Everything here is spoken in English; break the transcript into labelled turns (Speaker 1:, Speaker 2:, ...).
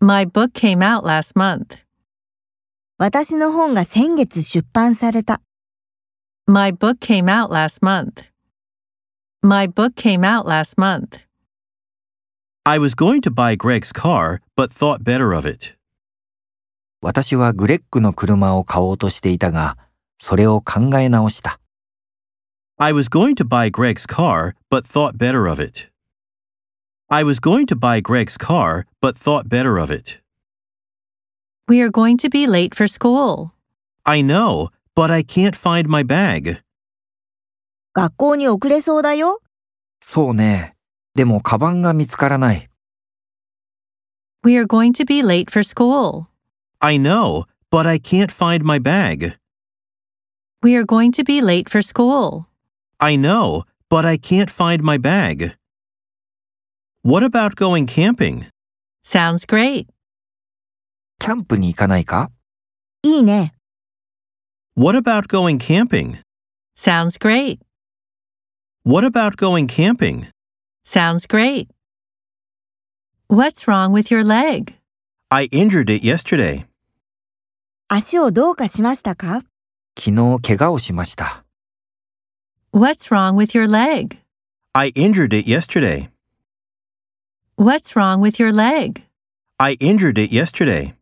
Speaker 1: My book came out last month.
Speaker 2: 私の本が先月出版された。
Speaker 1: My book came out last month. My book came out last month.
Speaker 3: I was going to buy Greg's car, but thought better of it.
Speaker 4: 私はグレッグの車を買おうとしていたが、それを考え直した。
Speaker 3: I was going to buy Greg's car, but thought better of it. I was going to buy Greg's car, but thought better of it.
Speaker 1: We are going to be late for school.
Speaker 3: I know, but I can't find my bag.
Speaker 2: 学校に遅れそうだよ。
Speaker 4: そうね。でも、カバンが見つからない。
Speaker 1: We are going to be late for school.
Speaker 3: I know, but I can't find my bag.
Speaker 1: We are going to be late for school.
Speaker 3: I know, but I can't find my bag. What about going camping?
Speaker 1: Sounds great.
Speaker 4: キャンプに行かないか
Speaker 2: いいね。
Speaker 3: What about going camping?
Speaker 1: Sounds great.
Speaker 3: What about going camping?
Speaker 1: Sounds great. What's wrong with your leg?
Speaker 3: I injured it yesterday.
Speaker 2: 足をどうかしましたか
Speaker 4: 昨日、怪我をしました。
Speaker 1: What's wrong with your leg?
Speaker 3: I injured it yesterday.
Speaker 1: What's wrong with your leg?
Speaker 3: I injured it yesterday.